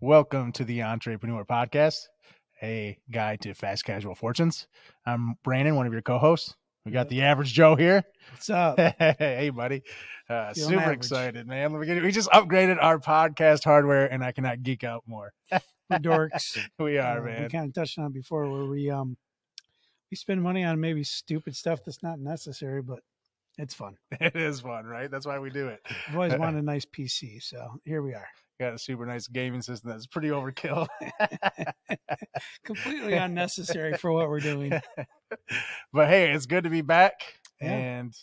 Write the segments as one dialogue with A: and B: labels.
A: Welcome to the Entrepreneur Podcast, a guide to fast casual fortunes. I'm Brandon, one of your co hosts. We got the average Joe here.
B: What's up?
A: hey, buddy. Uh,
B: Feeling
A: super
B: average.
A: excited, man. We get- we just upgraded our podcast hardware, and I cannot geek out more.
B: We're dorks.
A: We are,
B: Uh,
A: man.
B: We kind of touched on it before where we um we spend money on maybe stupid stuff that's not necessary, but it's fun.
A: It is fun, right? That's why we do it.
B: I've always wanted a nice PC, so here we are.
A: Got a super nice gaming system that's pretty overkill.
B: Completely unnecessary for what we're doing.
A: but hey, it's good to be back.
B: Yeah.
A: And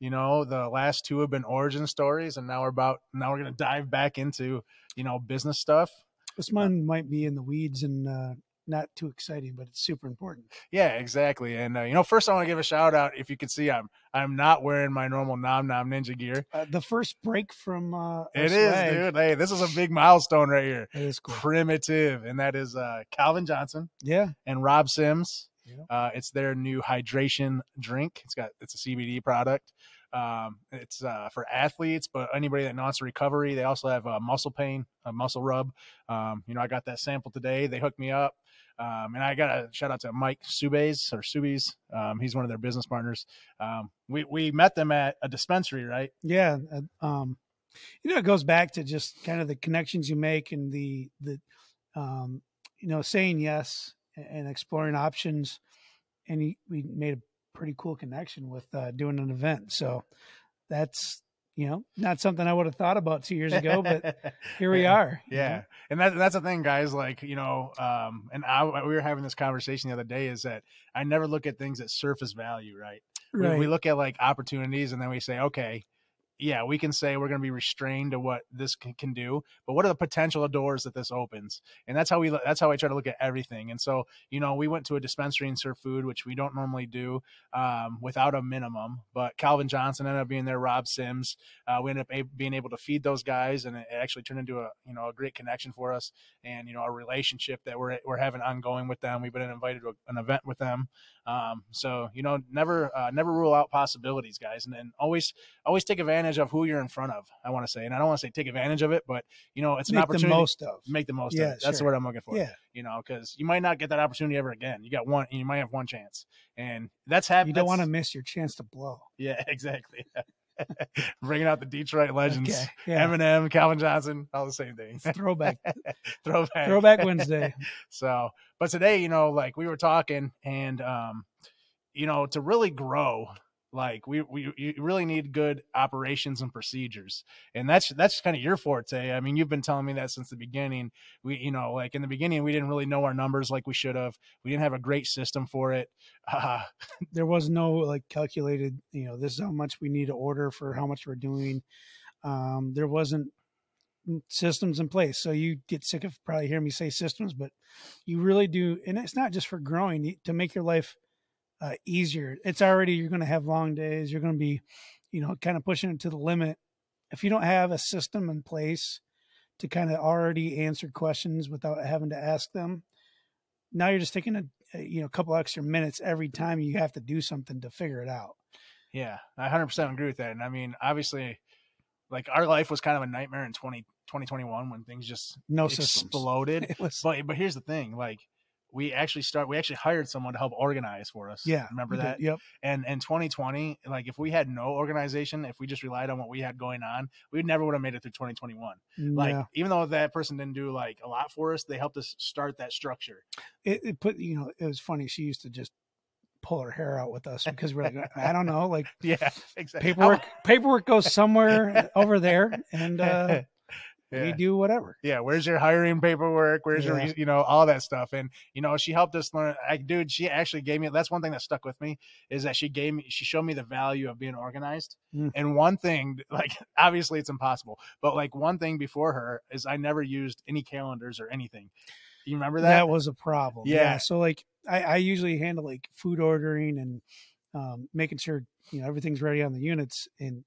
A: you know, the last two have been origin stories, and now we're about now we're gonna dive back into you know business stuff.
B: This one might be in the weeds and uh not too exciting, but it's super important.
A: Yeah, exactly. And uh, you know, first I want to give a shout out. If you can see, I'm I'm not wearing my normal Nom Nom Ninja gear.
B: Uh, the first break from uh, our
A: It is,
B: swag-
A: dude. Hey, this is a big milestone right here.
B: It is cool.
A: Primitive, and that is uh, Calvin Johnson
B: Yeah,
A: and Rob Sims.
B: Yeah.
A: Uh, it's their new hydration drink. It's got it's a CBD product. Um, it's uh, for athletes, but anybody that wants recovery. They also have uh, muscle pain, a muscle rub. Um, you know, I got that sample today. They hooked me up, um, and I got a shout out to Mike Subes or Subes. Um, he's one of their business partners. Um, we we met them at a dispensary, right?
B: yeah. uh, Um, you know, it goes back to just kind of the connections you make and the the um, you know saying yes and- and exploring options. And he, we made a pretty cool connection with uh, doing an event. So that's you know not something I would have thought about two years ago, but here we
A: Yeah.
B: are. you know?
A: Yeah. And that, that's the thing, guys. Like, you know, um, and I, we were having this conversation the other day is that I never look at things at surface value, right? We-
B: right.
A: We, look at like opportunities and then we say, okay, yeah, we can say we're going to be restrained to what this can, can do, but what are the potential doors that this opens? And that's how we, lo- that's how I try to look at everything. And so, you know, we went to a dispensary and served food, which we don't normally do um, without a minimum, but Calvin Johnson ended up being there, Rob Sims. Uh, we ended up a- being able to feed those guys and it it actually turned into a, you know, a great connection for us and, you know, a relationship that we're, we're having ongoing with them. We've been invited to an event with them. Um, so you know, never uh, never rule out possibilities, guys, and then always always take advantage of who you're in front of. I want to say, and I don't want to say take advantage of it, but you know, it's an
B: Make the
A: opportunity.
B: most of.
A: Make the most of
B: Yeah,
A: it. That's the
B: sure.
A: word I'm looking for.
B: yeah,
A: You know, because you might not get that opportunity ever again. You got one. You might have one chance, and that's happening.
B: you don't want to miss your chance to blow.
A: Yeah, exactly. Bringing out the Detroit legends,
B: Okay. Yeah.
A: Eminem, Calvin Johnson, all the same thing.
B: throwback
A: Throwback.
B: throwback Wednesday.
A: So, but today, you know, like we were talking, and um, you know, to really grow, like we we you really need good operations and procedures, and that's that's kind of your forte. I mean, you've been telling me that since the beginning. We, you know, like in the beginning, we didn't really know our numbers like we should have. We didn't have a great system for it. Uh,
B: there was no like calculated you know this is how much we need to order for how much we're doing um there wasn't m- systems in place so you get sick of probably hearing me say systems but you really do and it's not just for growing y- to make your life uh, easier it's already you're going to have long days you're going to be you know kind of pushing it to the limit if you don't have a system in place to kind of already answer questions without having to ask them now you're just taking a uh, you know a couple extra minutes every time you have to do something to figure it out
A: yeah, I 100% agree with that. And I mean, obviously, like our life was kind of a nightmare in 20, 2021 when things just
B: no systems
A: exploded.
B: It was-
A: But but here's the thing, like we actually start we actually hired someone to help organize for us.
B: yeah
A: Remember
B: we did,
A: that?
B: yep
A: And in 2020, like if we had no organization, if we just relied on what we had going on, we never would have made it through 2021. Like
B: yeah
A: even though that person didn't do like a lot for us, they helped us start that structure.
B: it, it put you know it was funny she used to just pull her hair out with us because we're like i don't know like
A: Yeah, exactly.
B: paperwork paperwork goes somewhere over there and uh we
A: yeah.
B: do whatever
A: yeah, where's your hiring paperwork? Where's your,
B: Yeah.
A: re- you know, all that stuff. And, you know, she helped us learn. I, dude, she actually gave me, that's one thing that stuck with me is that she gave me, she showed me the value of being organized.
B: Mm.
A: And one thing, like, obviously it's impossible, but like one thing before her is I never used any calendars or anything. You remember
B: that,
A: that?
B: was a problem.
A: Yeah.
B: So like I, I usually handle like food ordering and um, making sure you know everything's ready on the units, and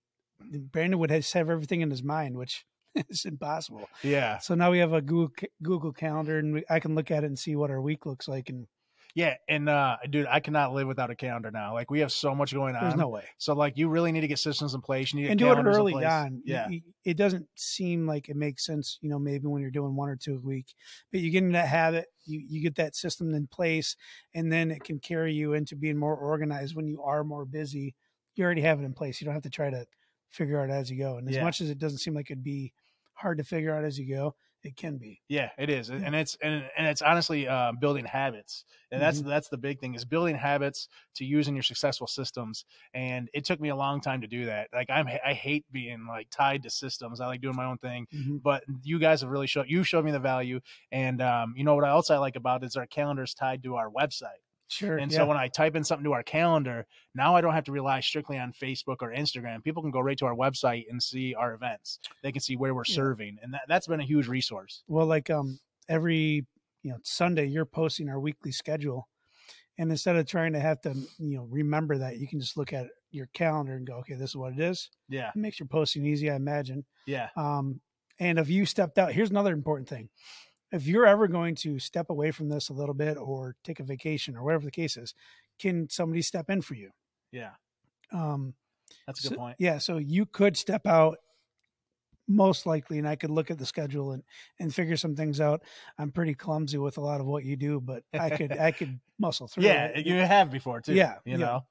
B: Brandon would has- have everything in his mind, which is impossible.
A: yeah.
B: So now we have a Google Google Calendar, and we, I can look at it and see what our week looks like, and
A: Yeah, and uh dude, I cannot live without a calendar now. Like we have so much going on.
B: There's no way.
A: so like you really need to get systems in place. You need to
B: and do
A: get
B: it
A: Um, calendars in
B: early
A: place.
B: on.
A: Yeah.
B: Y- y- It doesn't seem like it makes sense, you know, maybe when you're doing one or two a week, but you get in that habit, you, you get that system in place, and then it can carry you into being more organized when you are more busy. You already have it in place. You don't have to try to figure out as you go. And as
A: Yeah.
B: much as it doesn't seem like it'd be hard to figure out as you go, it can be.
A: Yeah, it is,
B: Mm.
A: and it's and, and it's honestly uh, building habits, and that's
B: Mm-hmm.
A: that's the big thing is building habits to use in your successful systems. And it took me a long time to do that. Like I'm, I hate being like tied to systems. I like doing my own thing. But you guys have really showed you showed me the value, and um, you know what else I like about it is our calendars tied to our website.
B: Sure.
A: And
B: yeah.
A: so when I type in something to our calendar, now I don't have to rely strictly on Facebook or Instagram. People can go right to our website and see our events. They can see where we're
B: Yeah.
A: serving, and that, that's been a huge resource.
B: well like um every you know sunday you're posting our weekly schedule and instead of trying to have to you know remember that you can just look at your calendar and go okay this is what it is
A: Yeah,
B: it makes your posting easy i imagine
A: yeah.
B: um and if you stepped out here's another important thing if you're ever going to step away from this a little bit or take a vacation or whatever the case is can somebody step in for you
A: Yeah,
B: um
A: that's a
B: So-
A: good point.
B: Yeah, so you could step out most likely, and I could look at the schedule and and figure some things out. I'm pretty clumsy with a lot of what you do, but I could I could muscle through.
A: Yeah,
B: it.
A: you have before too.
B: Yeah, yeah.
A: you know,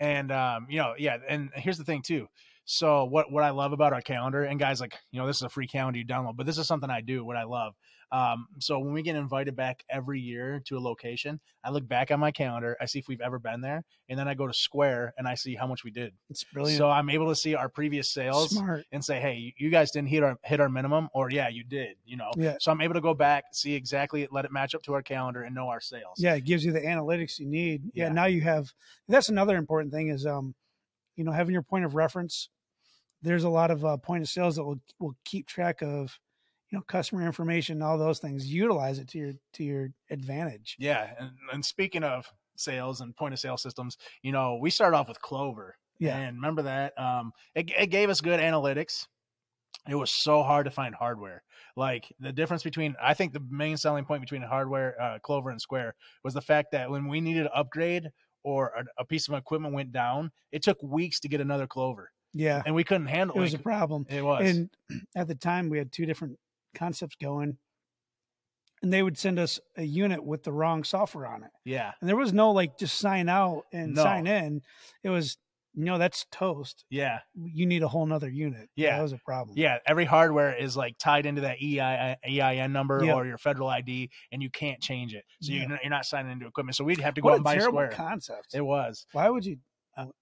A: and um, you know, yeah, and here's the thing too. So what what I love about our calendar and guys like you know this is a free calendar you download, but this is something I do. What I love. Um, so when we get invited back every year to a location, I look back on my calendar, I see if we've ever been there, and then I go to Square and I see how much we did.
B: it's brilliant.
A: So I'm able to see our previous sales.
B: Smart.
A: and say, "Hey, you- you guys didn't hit our hit our minimum," or "Yeah, you did," you know.
B: Yeah.
A: So I'm able to go back, see exactly, let it match up to our calendar, and know our sales.
B: Yeah, it gives you the analytics you need. Yeah,
A: Yeah.
B: now you have. That's another important thing is um, you know, having your point of reference. There's a lot of uh, point of sales that will will keep track of, you know, customer information, all those things. Utilize it to your to your advantage.
A: Yeah, and, and speaking of sales and point of sale systems, you know, we started off with Clover.
B: Yeah.
A: And remember that? Um, it, it gave us good analytics. It was so hard to find hardware. Like the difference between, I think the main selling point between hardware, uh, Clover and Square was the fact that when we needed to upgrade or a, a piece of equipment went down, it took weeks to get another Clover,
B: Yeah,
A: and we couldn't handle
B: it was a
A: We-
B: problem.
A: It was.
B: And at the time, we had two different concepts going, and they would send us a unit with the wrong software on it.
A: yeah.
B: And there was no like just sign out and
A: No.
B: sign in. It was no, that's toast.
A: Yeah.
B: You need a whole nother unit.
A: Yeah.
B: that was a problem.
A: Yeah. Every hardware is like tied into that E uh, EI, EIN number
B: Yep.
A: or your federal ID, and you can't change it. So
B: Yeah.
A: you're, not, you're not signing into equipment. So we'd have to go out
B: what a
A: and buy a
B: terrible
A: square.
B: concept.
A: it was.
B: Why would you?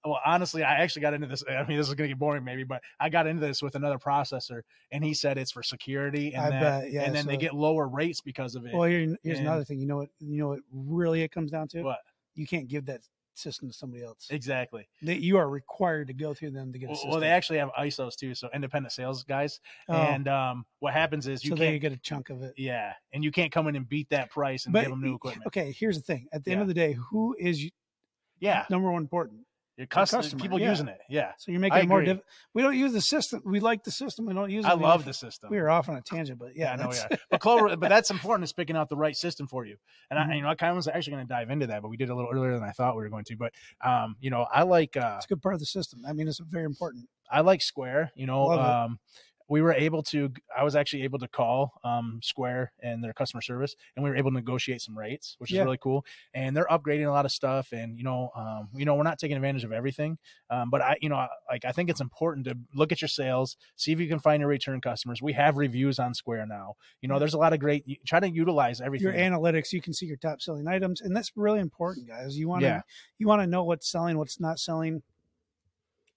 A: well, honestly, I actually got into this. I mean, this is going to get boring, maybe, but I got into this with another processor, and he said it's for security, and
B: I
A: that-
B: bet. Yeah.
A: and then they
B: so-
A: get lower rates because of it.
B: Well, here, here's
A: and-
B: another thing. You know what? You know what? Really, it comes down to
A: What?
B: you can't give that system to somebody else.
A: exactly.
B: They- you are required to go through them to get a
A: Well,
B: system.
A: well, they actually have ISOs too, so independent sales guys.
B: Oh,
A: And um, what happens is you
B: so they
A: can't,
B: get a chunk of it.
A: yeah, and you can't come in and beat that price and
B: But-
A: give them new equipment.
B: okay here's the thing at the end of the day who is y-
A: Yeah,
B: number one important
A: your custom,
B: customer,
A: people
B: yeah.
A: using it. Yeah,
B: so you're making
A: I
B: it more
A: agree.
B: diff- we don't use the system we like the system we don't use it
A: I
B: We-
A: love the system.
B: we were off on a tangent but yeah,
A: I know we
B: that's-
A: are. But Clover, but that's important is picking out the right system for you. And I,
B: Mhm.
A: you know, I kind of was actually going to dive into that, but we did a little earlier than I thought we were going to. But um, you know, I like uh,
B: it's a good part of the system i mean it's very important
A: I like Square. You know,
B: Love it.
A: um, we were able to. I was actually able to call um, Square and their customer service, and we were able to negotiate some rates, which
B: Yeah.
A: is really cool. And they're upgrading a lot of stuff, and you know, um, you know, we're not taking advantage of everything, um, but I, you know, I- like I think it's important to look at your sales, see if you can find your return customers. We have reviews on Square now. You know, there's a lot of great. you- Try to utilize everything.
B: your analytics you can see your top selling items and that's really important guys you want to
A: Yeah.
B: you want to know what's selling what's not selling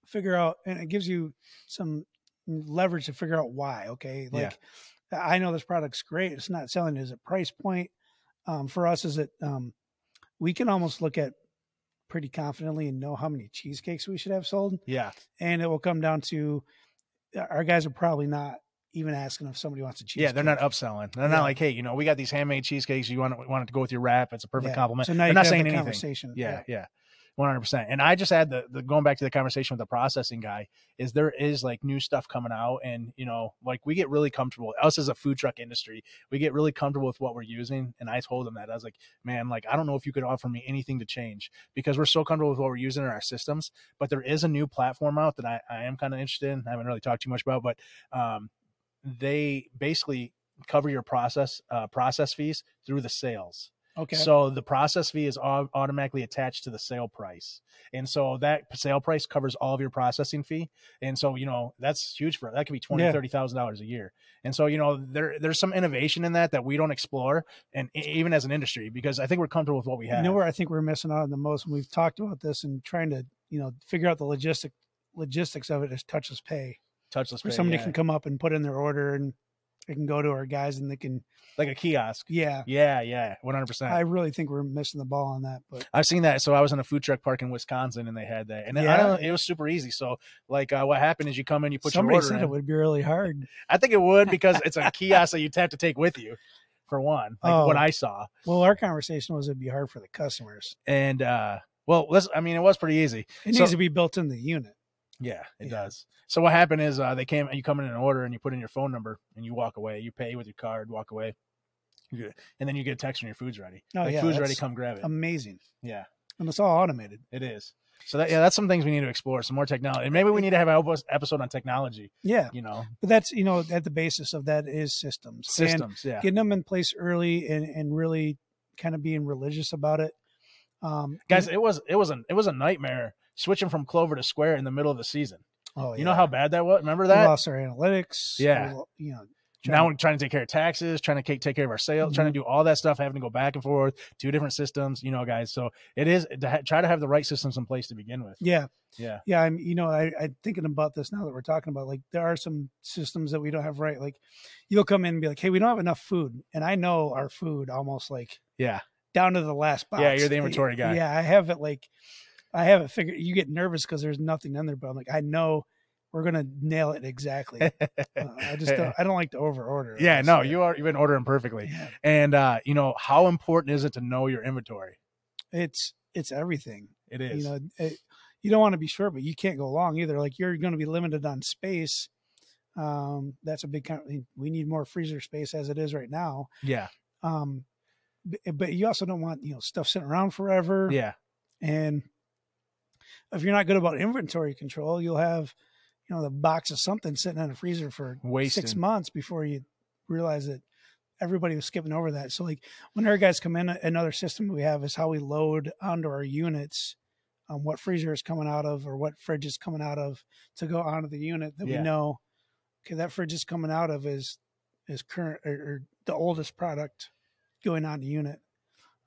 B: figure out and it gives you some leverage to figure out why okay
A: Yeah.
B: like i know this product's great it's not selling is it price point um, for us is it um, we can almost look at pretty confidently and know how many cheesecakes we should have sold
A: yeah,
B: and it will come down to uh, our guys are probably not even asking if somebody wants a cheesecake
A: yeah, they're not upselling. They're
B: Yeah.
A: not like, hey, you know, we got these handmade cheesecakes. You want it, want it to go with your wrap? It's a perfect
B: Yeah.
A: compliment.
B: so now
A: they're
B: you
A: not
B: can have
A: saying
B: the
A: anything.
B: conversation
A: Yeah, yeah. 100%. And I just had the, the going back to the conversation with the processing guy is there is like new stuff coming out and you know like we get really comfortable us as a food truck industry we get really comfortable with what we're using and I told him that I was like man like I don't know if you could offer me anything to change because we're so comfortable with what we're using in our systems but there is a new platform out that I, I am kind of interested in I haven't really talked too much about but um they basically cover your process uh, process fees through the sales
B: Okay.
A: so the process fee is au- automatically attached to the sale price. And so that sale price covers all of your processing fee. And so, you know, that's huge for that could be 20,
B: Yeah.
A: $30,000 a year. And so, you know, there, there's some innovation in that that we don't explore. And e- even as an industry, because I think we're comfortable with what we have.
B: You know where I think we're missing out on the most, and we've talked about this and trying to, you know, figure out the logistic logistics of it is touchless pay.
A: touchless
B: Where
A: pay,
B: somebody
A: yeah.
B: can come up and put in their order and they can go to our guys and they can
A: like a kiosk.
B: yeah.
A: Yeah. Yeah. 100%.
B: I really think we're missing the ball on that. But
A: I've seen that. So I was in a food truck park in Wisconsin and they had that. And I
B: Yeah.
A: don't, it was super easy. So like uh, what happened is you come in, you put
B: somebody
A: your order
B: said
A: in.
B: it would be really hard.
A: I think it would because it's a kiosk that you'd have to take with you, for one. Like what
B: Oh.
A: I saw,
B: Well, our conversation was it'd be hard for the customers.
A: and uh, well, let's. I mean, it was pretty easy.
B: It
A: So-
B: needs to be built in the unit.
A: Yeah, it
B: Yeah.
A: does. So what happened is uh, they came. You come in an order and you put in your phone number and you walk away. You pay with your card, walk away, You get- and then you get a text when your food's ready.
B: Oh,
A: Like,
B: yeah,
A: food's ready.
B: that's
A: Come grab it.
B: Amazing.
A: yeah,
B: And it's all automated.
A: it is. So that, yeah, that's some things we need to explore. Some more technology. And maybe we need to have an epi- episode on technology.
B: Yeah.
A: You know,
B: But that's, you know, at the basis of that is systems. And
A: systems. yeah.
B: getting them in place early and, and really kind of being religious about it. Um,
A: Guys, it was it was an it was a nightmare switching from Clover to Square in the middle of the season.
B: oh,
A: You know
B: yeah.
A: how bad that was? Remember
B: we
A: that?
B: lost our analytics. we
A: Yeah.
B: lo- you know,
A: now we're trying to take care of taxes, trying to take, take care of our sales, trying to
B: Mm-hmm.
A: do all that stuff, having to go back and forth, two different systems, you know, guys. So it is to ha- try to have the right systems in place to begin with.
B: yeah,
A: Yeah.
B: yeah. I'm, you know, I, I'm thinking about this now that we're talking about like there are some systems that we don't have right. Like you'll come in and be like, hey, we don't have enough food, and I know our food almost like
A: Yeah.
B: down to the last box.
A: Yeah, you're the inventory guy.
B: Yeah, I have it like I have it figured. You get nervous because there's nothing in there, but I'm like, I know we're gonna nail it exactly. uh, I just don't, I don't like to over order.
A: Yeah. No, you are, you've been ordering perfectly.
B: Yeah,
A: And, uh, you know, how important is it to know your inventory?
B: it's it's everything.
A: It is.
B: You know, it, you don't want to be short, but you can't go long either. Like you're going to be limited on space. Um, that's a big. Con- I mean, we need more freezer space as it is right now.
A: yeah.
B: Um, b- but you also don't want you know stuff sitting around forever.
A: Yeah.
B: And if you're not good about inventory control, you'll have you know the box of something sitting in a freezer for six
A: Wasting.
B: months before you realize that everybody was skipping over that. So like when our guys come in, another system we have is how we load onto our units, um, what freezer is coming out of or what fridge is coming out of to go onto the unit that
A: Yeah.
B: we know. Okay, that fridge is coming out of is is current or, or the oldest product going on the unit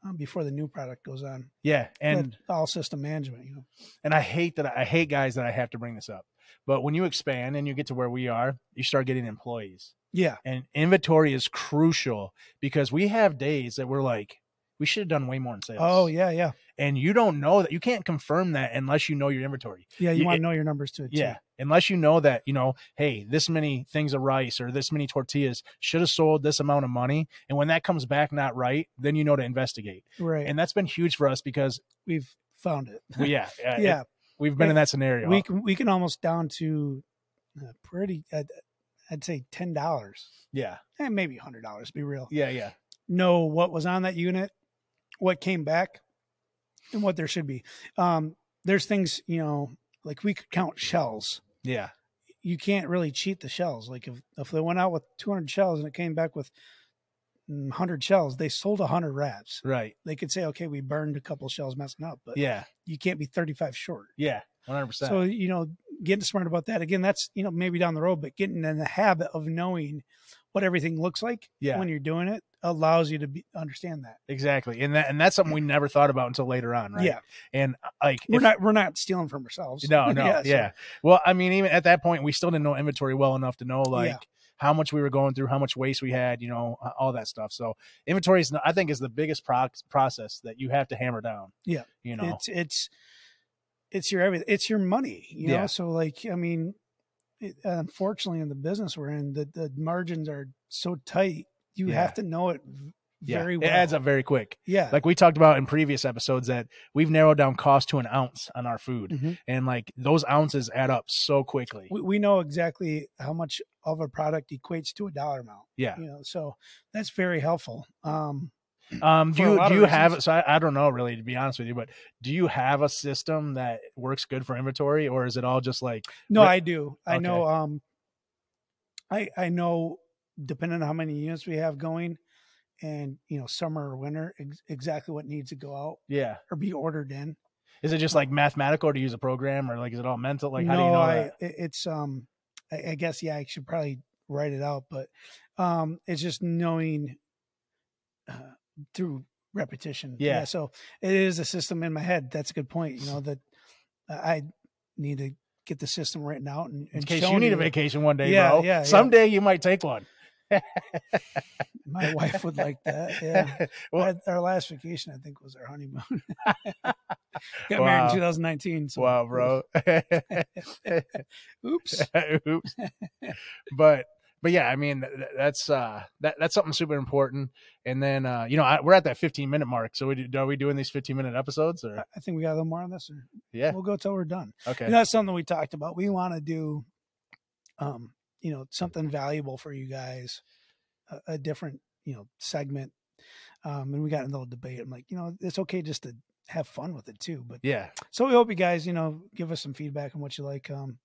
B: um, before the new product goes on.
A: Yeah. And,
B: That's all system management, you know.
A: and I hate that I, I hate guys that I have to bring this up. But when you expand and you get to where we are, you start getting employees.
B: Yeah,
A: And inventory is crucial because we have days that we're like, we should have done way more in sales.
B: Oh yeah, yeah,
A: and you don't know that you can't confirm that unless you know your inventory
B: yeah. You
A: Yeah,
B: want
A: it-
B: to know your numbers too. too.
A: yeah unless you know that you know hey this many things of rice or this many tortillas should have sold this amount of money and when that comes back not right then you know to investigate
B: right. And
A: and that's been huge for us because
B: we've found it.
A: we, yeah uh, it-
B: yeah,
A: we've been in that scenario
B: we can we can almost down to uh, pretty. I'd, I'd say ten dollars,
A: yeah
B: eh, maybe hundred dollars. Be real.
A: yeah yeah
B: Know what was on that unit, what came back, and what there should be. Um, there's things you know, like we could count shells.
A: yeah
B: You can't really cheat the shells. Like if if they went out with 200 shells and it came back with mm, 100 shells, they sold 100 wraps.
A: right
B: they could say, okay, we burned a couple shells messing up, but
A: yeah
B: you can't be 35 short.
A: yeah 100%
B: So, you know, getting smart about that again, that's, you know, maybe down the road, but getting in the habit of knowing what everything looks like
A: yeah
B: when you're doing it allows you to be, understand that.
A: exactly and that and that's something we never thought about until later on right
B: Yeah.
A: and uh, like
B: We're
A: if-
B: not, we're not stealing from ourselves.
A: No, no, yeah.
B: so-
A: Well, I mean, even at that point, we still didn't know inventory well enough to know like
B: Yeah.
A: how much we were going through, how much waste we had, you know, a- all that stuff. So inventory is, I think, is the biggest proc- process that you have to hammer down.
B: Yeah.
A: you know,
B: It's it's it's your everything. It's your money. You know.
A: Yeah.
B: So like, I mean, it, unfortunately, in the business we're in, the the margins are so tight. You
A: Yeah.
B: have to know it v-
A: Yeah,
B: very
A: it
B: well.
A: adds up very quick.
B: Yeah.
A: Like we talked about in previous episodes, that we've narrowed down cost to an ounce on our food,
B: Mhm.
A: and like those ounces add up so quickly.
B: we, we know exactly how much of a product equates to a dollar amount.
A: Yeah.
B: You know, so that's very helpful. Um,
A: Um, do
B: for a
A: you
B: lot
A: do
B: of
A: you have
B: reasons.
A: so I, I don't know really to be honest with you, but do you have a system that works good for inventory, or is it all just like
B: no,
A: Re-
B: I do. I
A: Okay.
B: know. Um, I I know. Depending on how many units we have going, and you know, summer or winter, ex- exactly what needs to go out
A: yeah?
B: or be ordered in.
A: Is it just like mathematical to use a program, or like is it all mental? Like
B: no,
A: how do you know
B: I,
A: that?
B: it- it's um, I, I guess yeah, I should probably write it out, but um, it's just knowing uh, through repetition.
A: Yeah.
B: So it is a system in my head. That's a good point. You know that I I need to get the system written out and,
A: In
B: and
A: case
B: shown
A: you need a
B: to you.
A: vacation one day,
B: Yeah,
A: bro.
B: yeah, yeah.
A: Someday you might take one.
B: My wife would like that. Yeah.
A: Well-
B: Our- our last vacation, I think, was our honeymoon. Got married
A: Wow.
B: in 2019. So
A: wow, bro.
B: Oops.
A: Oops. but but yeah, I mean th- th- that's uh that that's something super important. And then uh you know I, we're at that 15 minute mark, so we do, are we doing these 15 minute episodes
B: I
A: or
B: I think we got a little more on this. Or
A: yeah
B: Uh, We'll go till we're done.
A: okay
B: And that's something we talked about. We want to do, um, you know, something valuable for you guys, a, a different, you know, segment. Um, and we got in a little debate. I'm like, you know, it's okay just to have fun with it too. But
A: yeah
B: so we hope you guys, you know, give us some feedback on what you like. Um,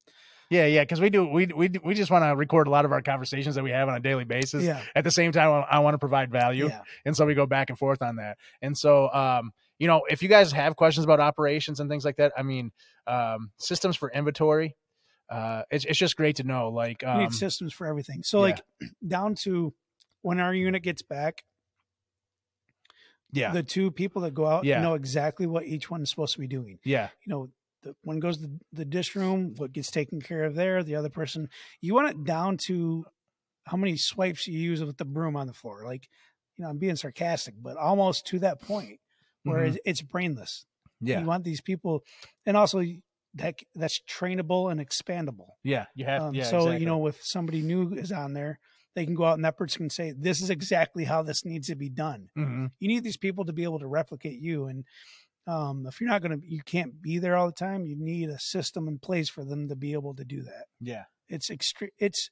A: yeah yeah because we do we we do- we just want to record a lot of our conversations that we have on a daily basis.
B: yeah,
A: At the same time, I want to provide value.
B: yeah,
A: and so we go back and forth on that and so um you know if you guys have questions about operations and things like that i mean um systems for inventory uh it's, it's just great to know like
B: we
A: um
B: need systems for everything. So
A: yeah.
B: like down to when our unit gets back,
A: yeah
B: the two people that go out
A: Yeah.
B: know exactly what each one's supposed to be doing.
A: yeah
B: you know, the, one goes to the dish room, what gets taken care of there, the other person. You want it down to how many swipes you use with the broom on the floor. Like, you know, I'm being sarcastic, but almost to that point where
A: mhm,
B: it's, it's brainless.
A: yeah
B: You want these people, and also that that's trainable and expandable.
A: yeah you have
B: Um,
A: yeah
B: so
A: exactly.
B: you know, if somebody new is on there, they can go out and that person can say, "This is exactly how this needs to be done."
A: Mhm,
B: you need these people to be able to replicate you and um, if you're not going to you can't be there all the time you need a system in place for them to be able to do that
A: yeah
B: it's extre- it's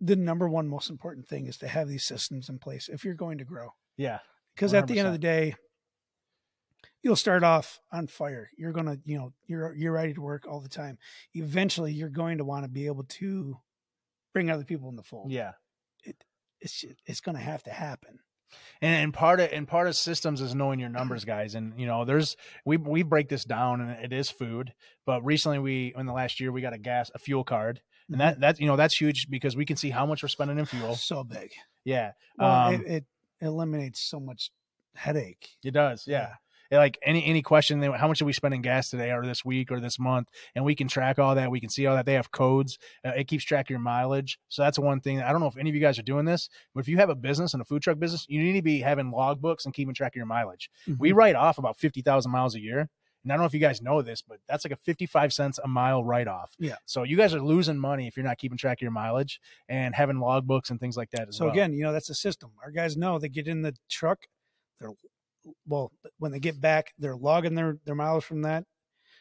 B: the number one most important thing is to have these systems in place if you're going to grow
A: yeah
B: because at the end of the day you'll start off on fire you're going to you know you're you're ready to work all the time eventually you're going to want to be able to bring other people in the fold
A: yeah
B: it's it's going to have to happen
A: and, and part of and part of systems is knowing your numbers guys and you know there's we we break this down and it is food but recently we in the last year we got a gas a fuel card and
B: Mm-hmm.
A: that that you know that's huge because we can see how much we're spending in fuel
B: so big
A: yeah
B: Well,
A: Um,
B: it, it eliminates so much headache.
A: It does, yeah. Yeah, Like any any question, they, how much are we spending gas today, or this week, or this month, and we can track all that. We can see all that. They have codes. Uh, it keeps track of your mileage. So that's one thing. I don't know if any of you guys are doing this, but if you have a business and a food truck business, you need to be having logbooks and keeping track of your mileage.
B: Mm-hmm.
A: We write off about fifty thousand miles a year. And I don't know if you guys know this, but that's like a 55 cents a mile write off.
B: Yeah.
A: So you guys are losing money if you're not keeping track of your mileage and having logbooks and things like that as
B: so
A: well.
B: again, you know, that's a system. Our guys know they get in the truck. They're well when they get back, they're logging their their miles from that.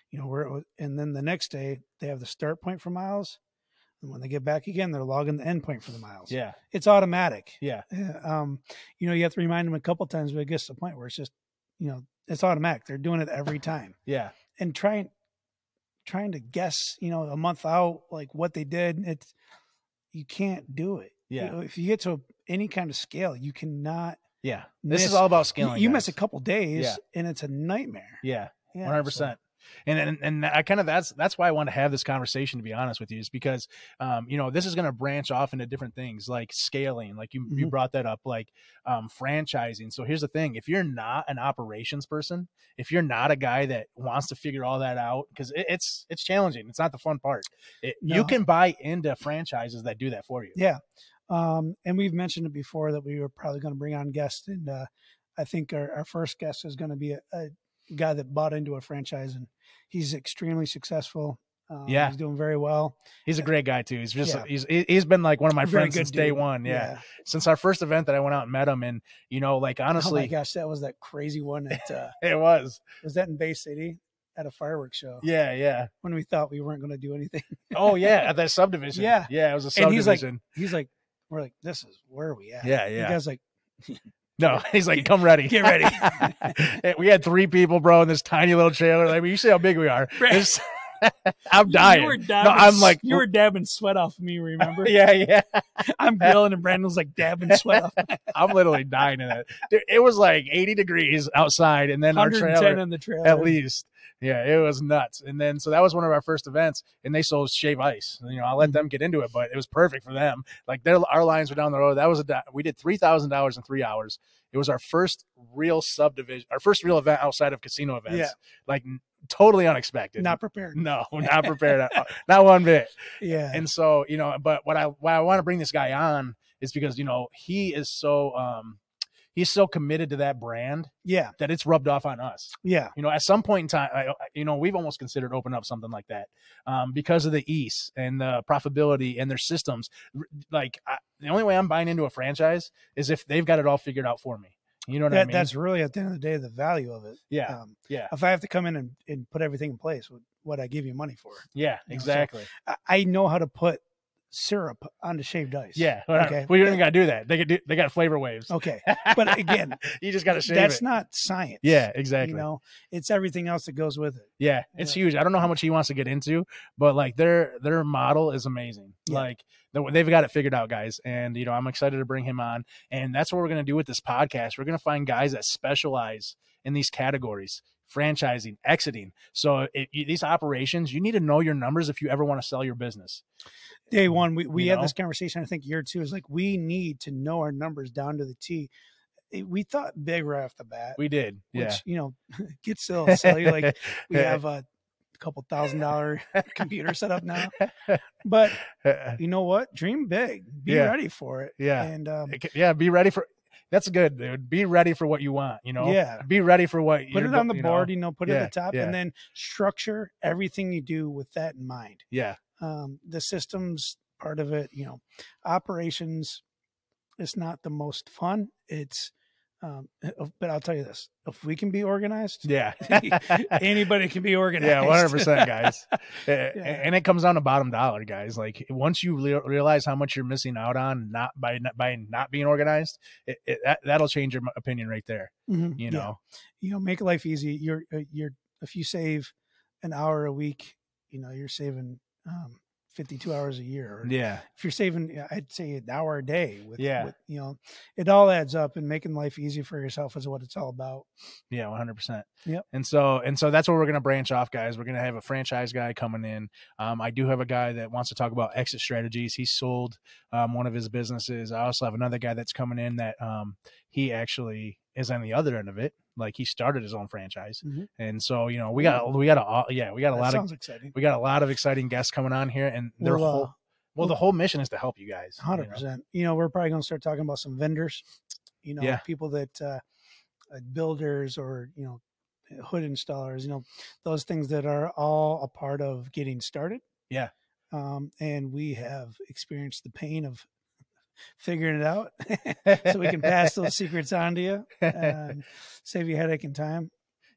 B: You know, where it was, and then the next day they have the start point for miles, and when they get back again, they're logging the end point for the miles.
A: Yeah.
B: it's automatic.
A: Yeah.
B: Yeah, Um, you know, you have to remind them a couple times, but it gets to the point where it's just, you know, it's automatic. They're doing it every time.
A: Yeah.
B: and trying trying to guess you know a month out like what they did it's you can't do it You
A: Yeah.
B: know, if you get to any kind of scale you cannot
A: Yeah. This is
B: Miss-
A: all about
B: you-
A: scaling.
B: you
A: guys.
B: miss a couple days
A: Yeah.
B: and it's a nightmare
A: Yeah.
B: Yeah,
A: one hundred
B: so-
A: percent. And and and I kind of that's that's why I want to have this conversation to be honest with you is because um you know this is going to branch off into different things like scaling like you you
B: Mhm.
A: brought that up like um franchising so here's the thing if you're not an operations person if you're not a guy that wants to figure all that out because it, it's it's challenging it's not the fun part It- you
B: No.
A: can buy into franchises that do that for you
B: yeah um and we've mentioned it before that we were probably going to bring on guests and uh i think our, our first guest is going to be a, a guy that bought into a franchise and he's extremely successful Um,
A: Yeah.
B: he's doing very well.
A: He's a great guy too. He's just
B: Yeah.
A: he's he- he's been like one of my
B: Very
A: friends
B: good
A: since day
B: dude.
A: one. Yeah. since our first event that I went out and met him, and you know, like
B: oh my
A: honestly,
B: gosh, that was that crazy one. At, uh,
A: it was
B: was that in Bay City at a fireworks show
A: yeah, yeah.
B: when we thought we weren't going to do anything?
A: Oh yeah, at that subdivision.
B: Yeah.
A: yeah. It was a
B: And he's like-
A: subdivision.
B: He's like, we're like, this is where are we at?
A: yeah,
B: You
A: yeah.
B: guys like,
A: No, he's like, come ready,
B: Get ready.
A: And we had three people, bro, in this tiny little trailer. Like, you see how big we are. This- I'm dying.
B: You were dabbing,
A: I'm like-
B: you were dabbing sweat off of me. Remember?
A: yeah, yeah.
B: I'm grilling, and Brandon's like dabbing sweat off.
A: I'm literally dying in it. Dude, it was like 80 degrees outside, and then our
B: 110
A: trailer
B: in the trailer.
A: at least. Yeah, it was nuts. And then so that was one of our first events, and they sold shave ice. You know, I
B: Mm.
A: let them get into it, but it was perfect for them. Like their our lines were down the road. That was a di- we did three thousand dollars in three hours. It was our first real subdivision, our first real event outside of casino events.
B: Yeah.
A: like n- totally unexpected.
B: Not prepared.
A: no, not prepared, at all. not one bit.
B: Yeah.
A: And so, you know, but what I why I want to bring this guy on is because you know he is so um he's so committed to that brand
B: yeah.
A: that it's rubbed off on us
B: Yeah.
A: you know at some point in time I, I- you know we've almost considered opening up something like that um, because of the ease and the profitability and their systems R- like I, the only way i'm buying into a franchise is if they've got it all figured out for me you know what i
B: That,
A: mean
B: That's really at the end of the day the value of it.
A: yeah
B: Um,
A: yeah.
B: If I have to come in and, and put everything in place, what, what I give you money for?
A: yeah
B: so-
A: exactly
B: I, I know how to put syrup onto shaved ice.
A: yeah
B: Okay.
A: we don't even gotta do that they could do they got flavor waves
B: Okay. But again,
A: you just gotta shave
B: that's
A: it
B: not science.
A: yeah exactly
B: You know, it's everything else that goes with it.
A: Yeah, it's huge. I don't know how much he wants to get into, but like their their model is amazing.
B: Yeah.
A: Like the- they've got it figured out, guys. And you know, I'm excited to bring him on. And that's what we're gonna do with this podcast. We're gonna find guys that specialize in these categories, franchising, exiting. So it, you- these operations, you need to know your numbers if you ever want to sell your business.
B: Day one, we, we
A: Mm, You
B: had
A: know?
B: this conversation, I think year two is like, we need to know our numbers down to the T. It- We thought big right off the bat,
A: We did, yeah.
B: which, you know, gets still silly. Like, we
A: Yeah.
B: have a couple thousand dollar computer set up now. But you know what? Dream big, be
A: Yeah.
B: ready for it.
A: yeah,
B: And um,
A: It c- yeah. Be ready for. That's good, dude. Be ready for what you want. You know.
B: Yeah.
A: Be ready for what.
B: put
A: you're
B: it
A: go-
B: on the
A: you know?
B: board, you know, put it
A: Yeah,
B: at the top,
A: yeah.
B: and then structure everything you do with that in mind.
A: Yeah.
B: um, the systems part of it you know operations is not the most fun it's um, but i'll tell you this if we can be organized
A: Yeah.
B: anybody can be organized
A: Yeah, one hundred percent, guys. Uh, a-
B: Yeah.
A: And it comes down to bottom dollar, guys. Like once you re- realize how much you're missing out on not by not, by not being organized, it, it, that that'll change your m- opinion right there.
B: Mhm, yeah.
A: You know,
B: you know make life easy you're uh, you're if you save an hour a week you know you're saving um 52 hours a year or
A: yeah,
B: if you're saving yeah, i'd say an hour a day with,
A: Yeah.
B: with you know it all adds up and making life easy for yourself is what it's all about
A: yeah, one hundred percent.
B: Yep.
A: And so and so that's where we're gonna branch off, guys. We're gonna have a franchise guy coming in. Um, I do have a guy that wants to talk about exit strategies. He sold um, one of his businesses. I also have another guy that's coming in that um, he actually is on the other end of it. Like he started his own franchise,
B: Mhm.
A: and so you know we got we got a uh, yeah we got a
B: that
A: lot of
B: sounds exciting
A: we got a lot of exciting guests coming on here and their
B: Well, uh,
A: whole well the whole mission is to help you guys you know?
B: Hundred percent. You know, we're probably going to start talking about some vendors. You know,
A: Yeah.
B: people that uh, uh, builders or you know hood installers. You know, those things that are all a part of getting started.
A: Yeah.
B: Um, and we have experienced the pain of figuring it out, so we can pass uh, those secrets on to you, and save you headache and time,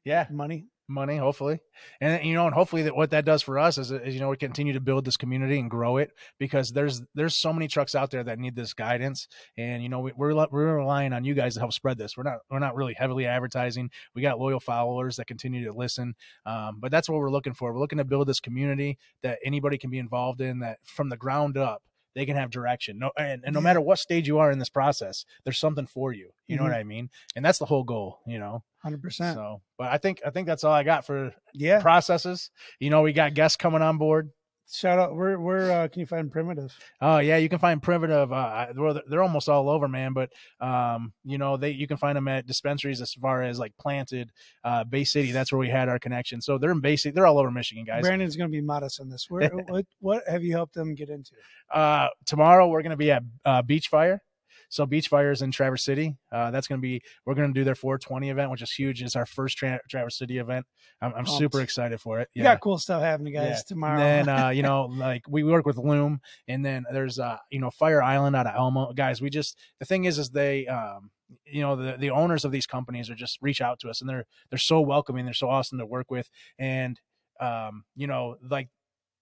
A: yeah
B: money.
A: money hopefully and you know and hopefully that what that does for us is, is you know we continue to build this community and grow it because there's there's so many trucks out there that need this guidance and you know we, we're rel- we're relying on you guys to help spread this we're not we're not really heavily advertising we got loyal followers that continue to listen um, but that's what we're looking for we're looking to build this community that anybody can be involved in that from the ground up they can have direction no and, and no
B: Yeah.
A: matter what stage you are in this process there's something for you you know what i mean and that's the whole goal you know
B: Hundred percent.
A: so but i think i think that's all i got for
B: Yeah.
A: processes. You know, we got guests coming on board.
B: Shout out. Where where uh, can you find primitive?
A: Oh yeah, you can find Primitive. Uh, I- well, they're- they're almost all over, man. But um, you know, they you can find them at dispensaries as far as like Planted, uh, Bay City. That's where we had our connection. So they're in Bay City. They're all over Michigan, guys.
B: Brandon's going to be modest on this. Where what what have you helped them get into?
A: Uh, tomorrow we're gonna be at uh, Beach Fire. So Beach Fires in Traverse City. Uh, that's going to be we're going to do their 420 event, which is huge. It's our first tra- Traverse City event. I'm, I'm
B: Pumped.
A: super excited for it.
B: You
A: Yeah.
B: got cool stuff happening, guys,
A: Yeah.
B: tomorrow.
A: And then uh, you know, like we work with Loom, and then there's uh, you know, Fire Island out of Elmo. Guys, we just the thing is, is they um, you know, the the owners of these companies are just reach out to us, and they're they're so welcoming, they're so awesome to work with, and um, you know, like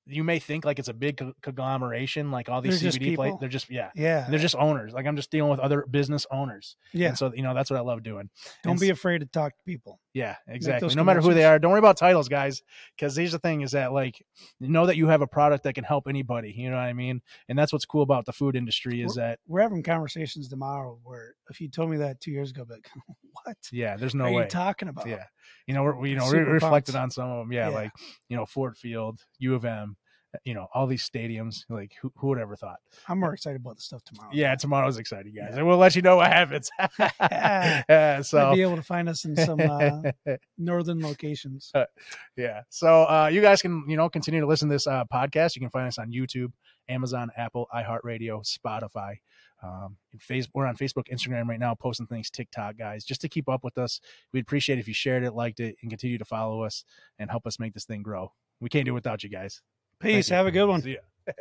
A: you may think like it's a big co- conglomeration, like all these
B: They're just
A: CBD plates.
B: people.
A: They're just yeah.
B: yeah.
A: They're just owners. Like I'm just dealing with other business owners.
B: yeah.
A: And so, you know, that's what I love doing.
B: Don't
A: and
B: be afraid to talk to people.
A: Yeah, exactly.
B: those
A: No matter who they
B: connections.
A: are, don't worry about titles, guys. Because here's the thing: is that like, know that you have a product that can help anybody. You know what I mean? And that's what's cool about the food industry is that
B: We're having conversations tomorrow where if you told me that two years ago, I'd be like, what
A: yeah, there's no
B: are
A: way.
B: you talking about?
A: yeah, you know, we're, we- you know, we
B: Super
A: reflected
B: pumped.
A: on some of them. Yeah,
B: Yeah.
A: like you know, Ford Field, U of M, uh, you know, all these stadiums. Like, who, who would ever thought?
B: I'm more excited about the stuff tomorrow.
A: Yeah, tomorrow's exciting, guys, and we'll let you know what happens. Yeah,
B: So.
A: so
B: Might be able to find us in some uh, northern locations.
A: Yeah. So uh, you guys can, you know, continue to listen to this uh, podcast. You can find us on YouTube, Amazon, Apple, iHeartRadio, Spotify. Um, and Facebook, we're on Facebook, Instagram right now, posting things, TikTok, guys, just to keep up with us. We'd appreciate if you shared it, liked it, and continue to follow us and help us make this thing grow. We can't do it without you guys.
B: Peace.
A: you.
B: Have a good one.
A: See ya.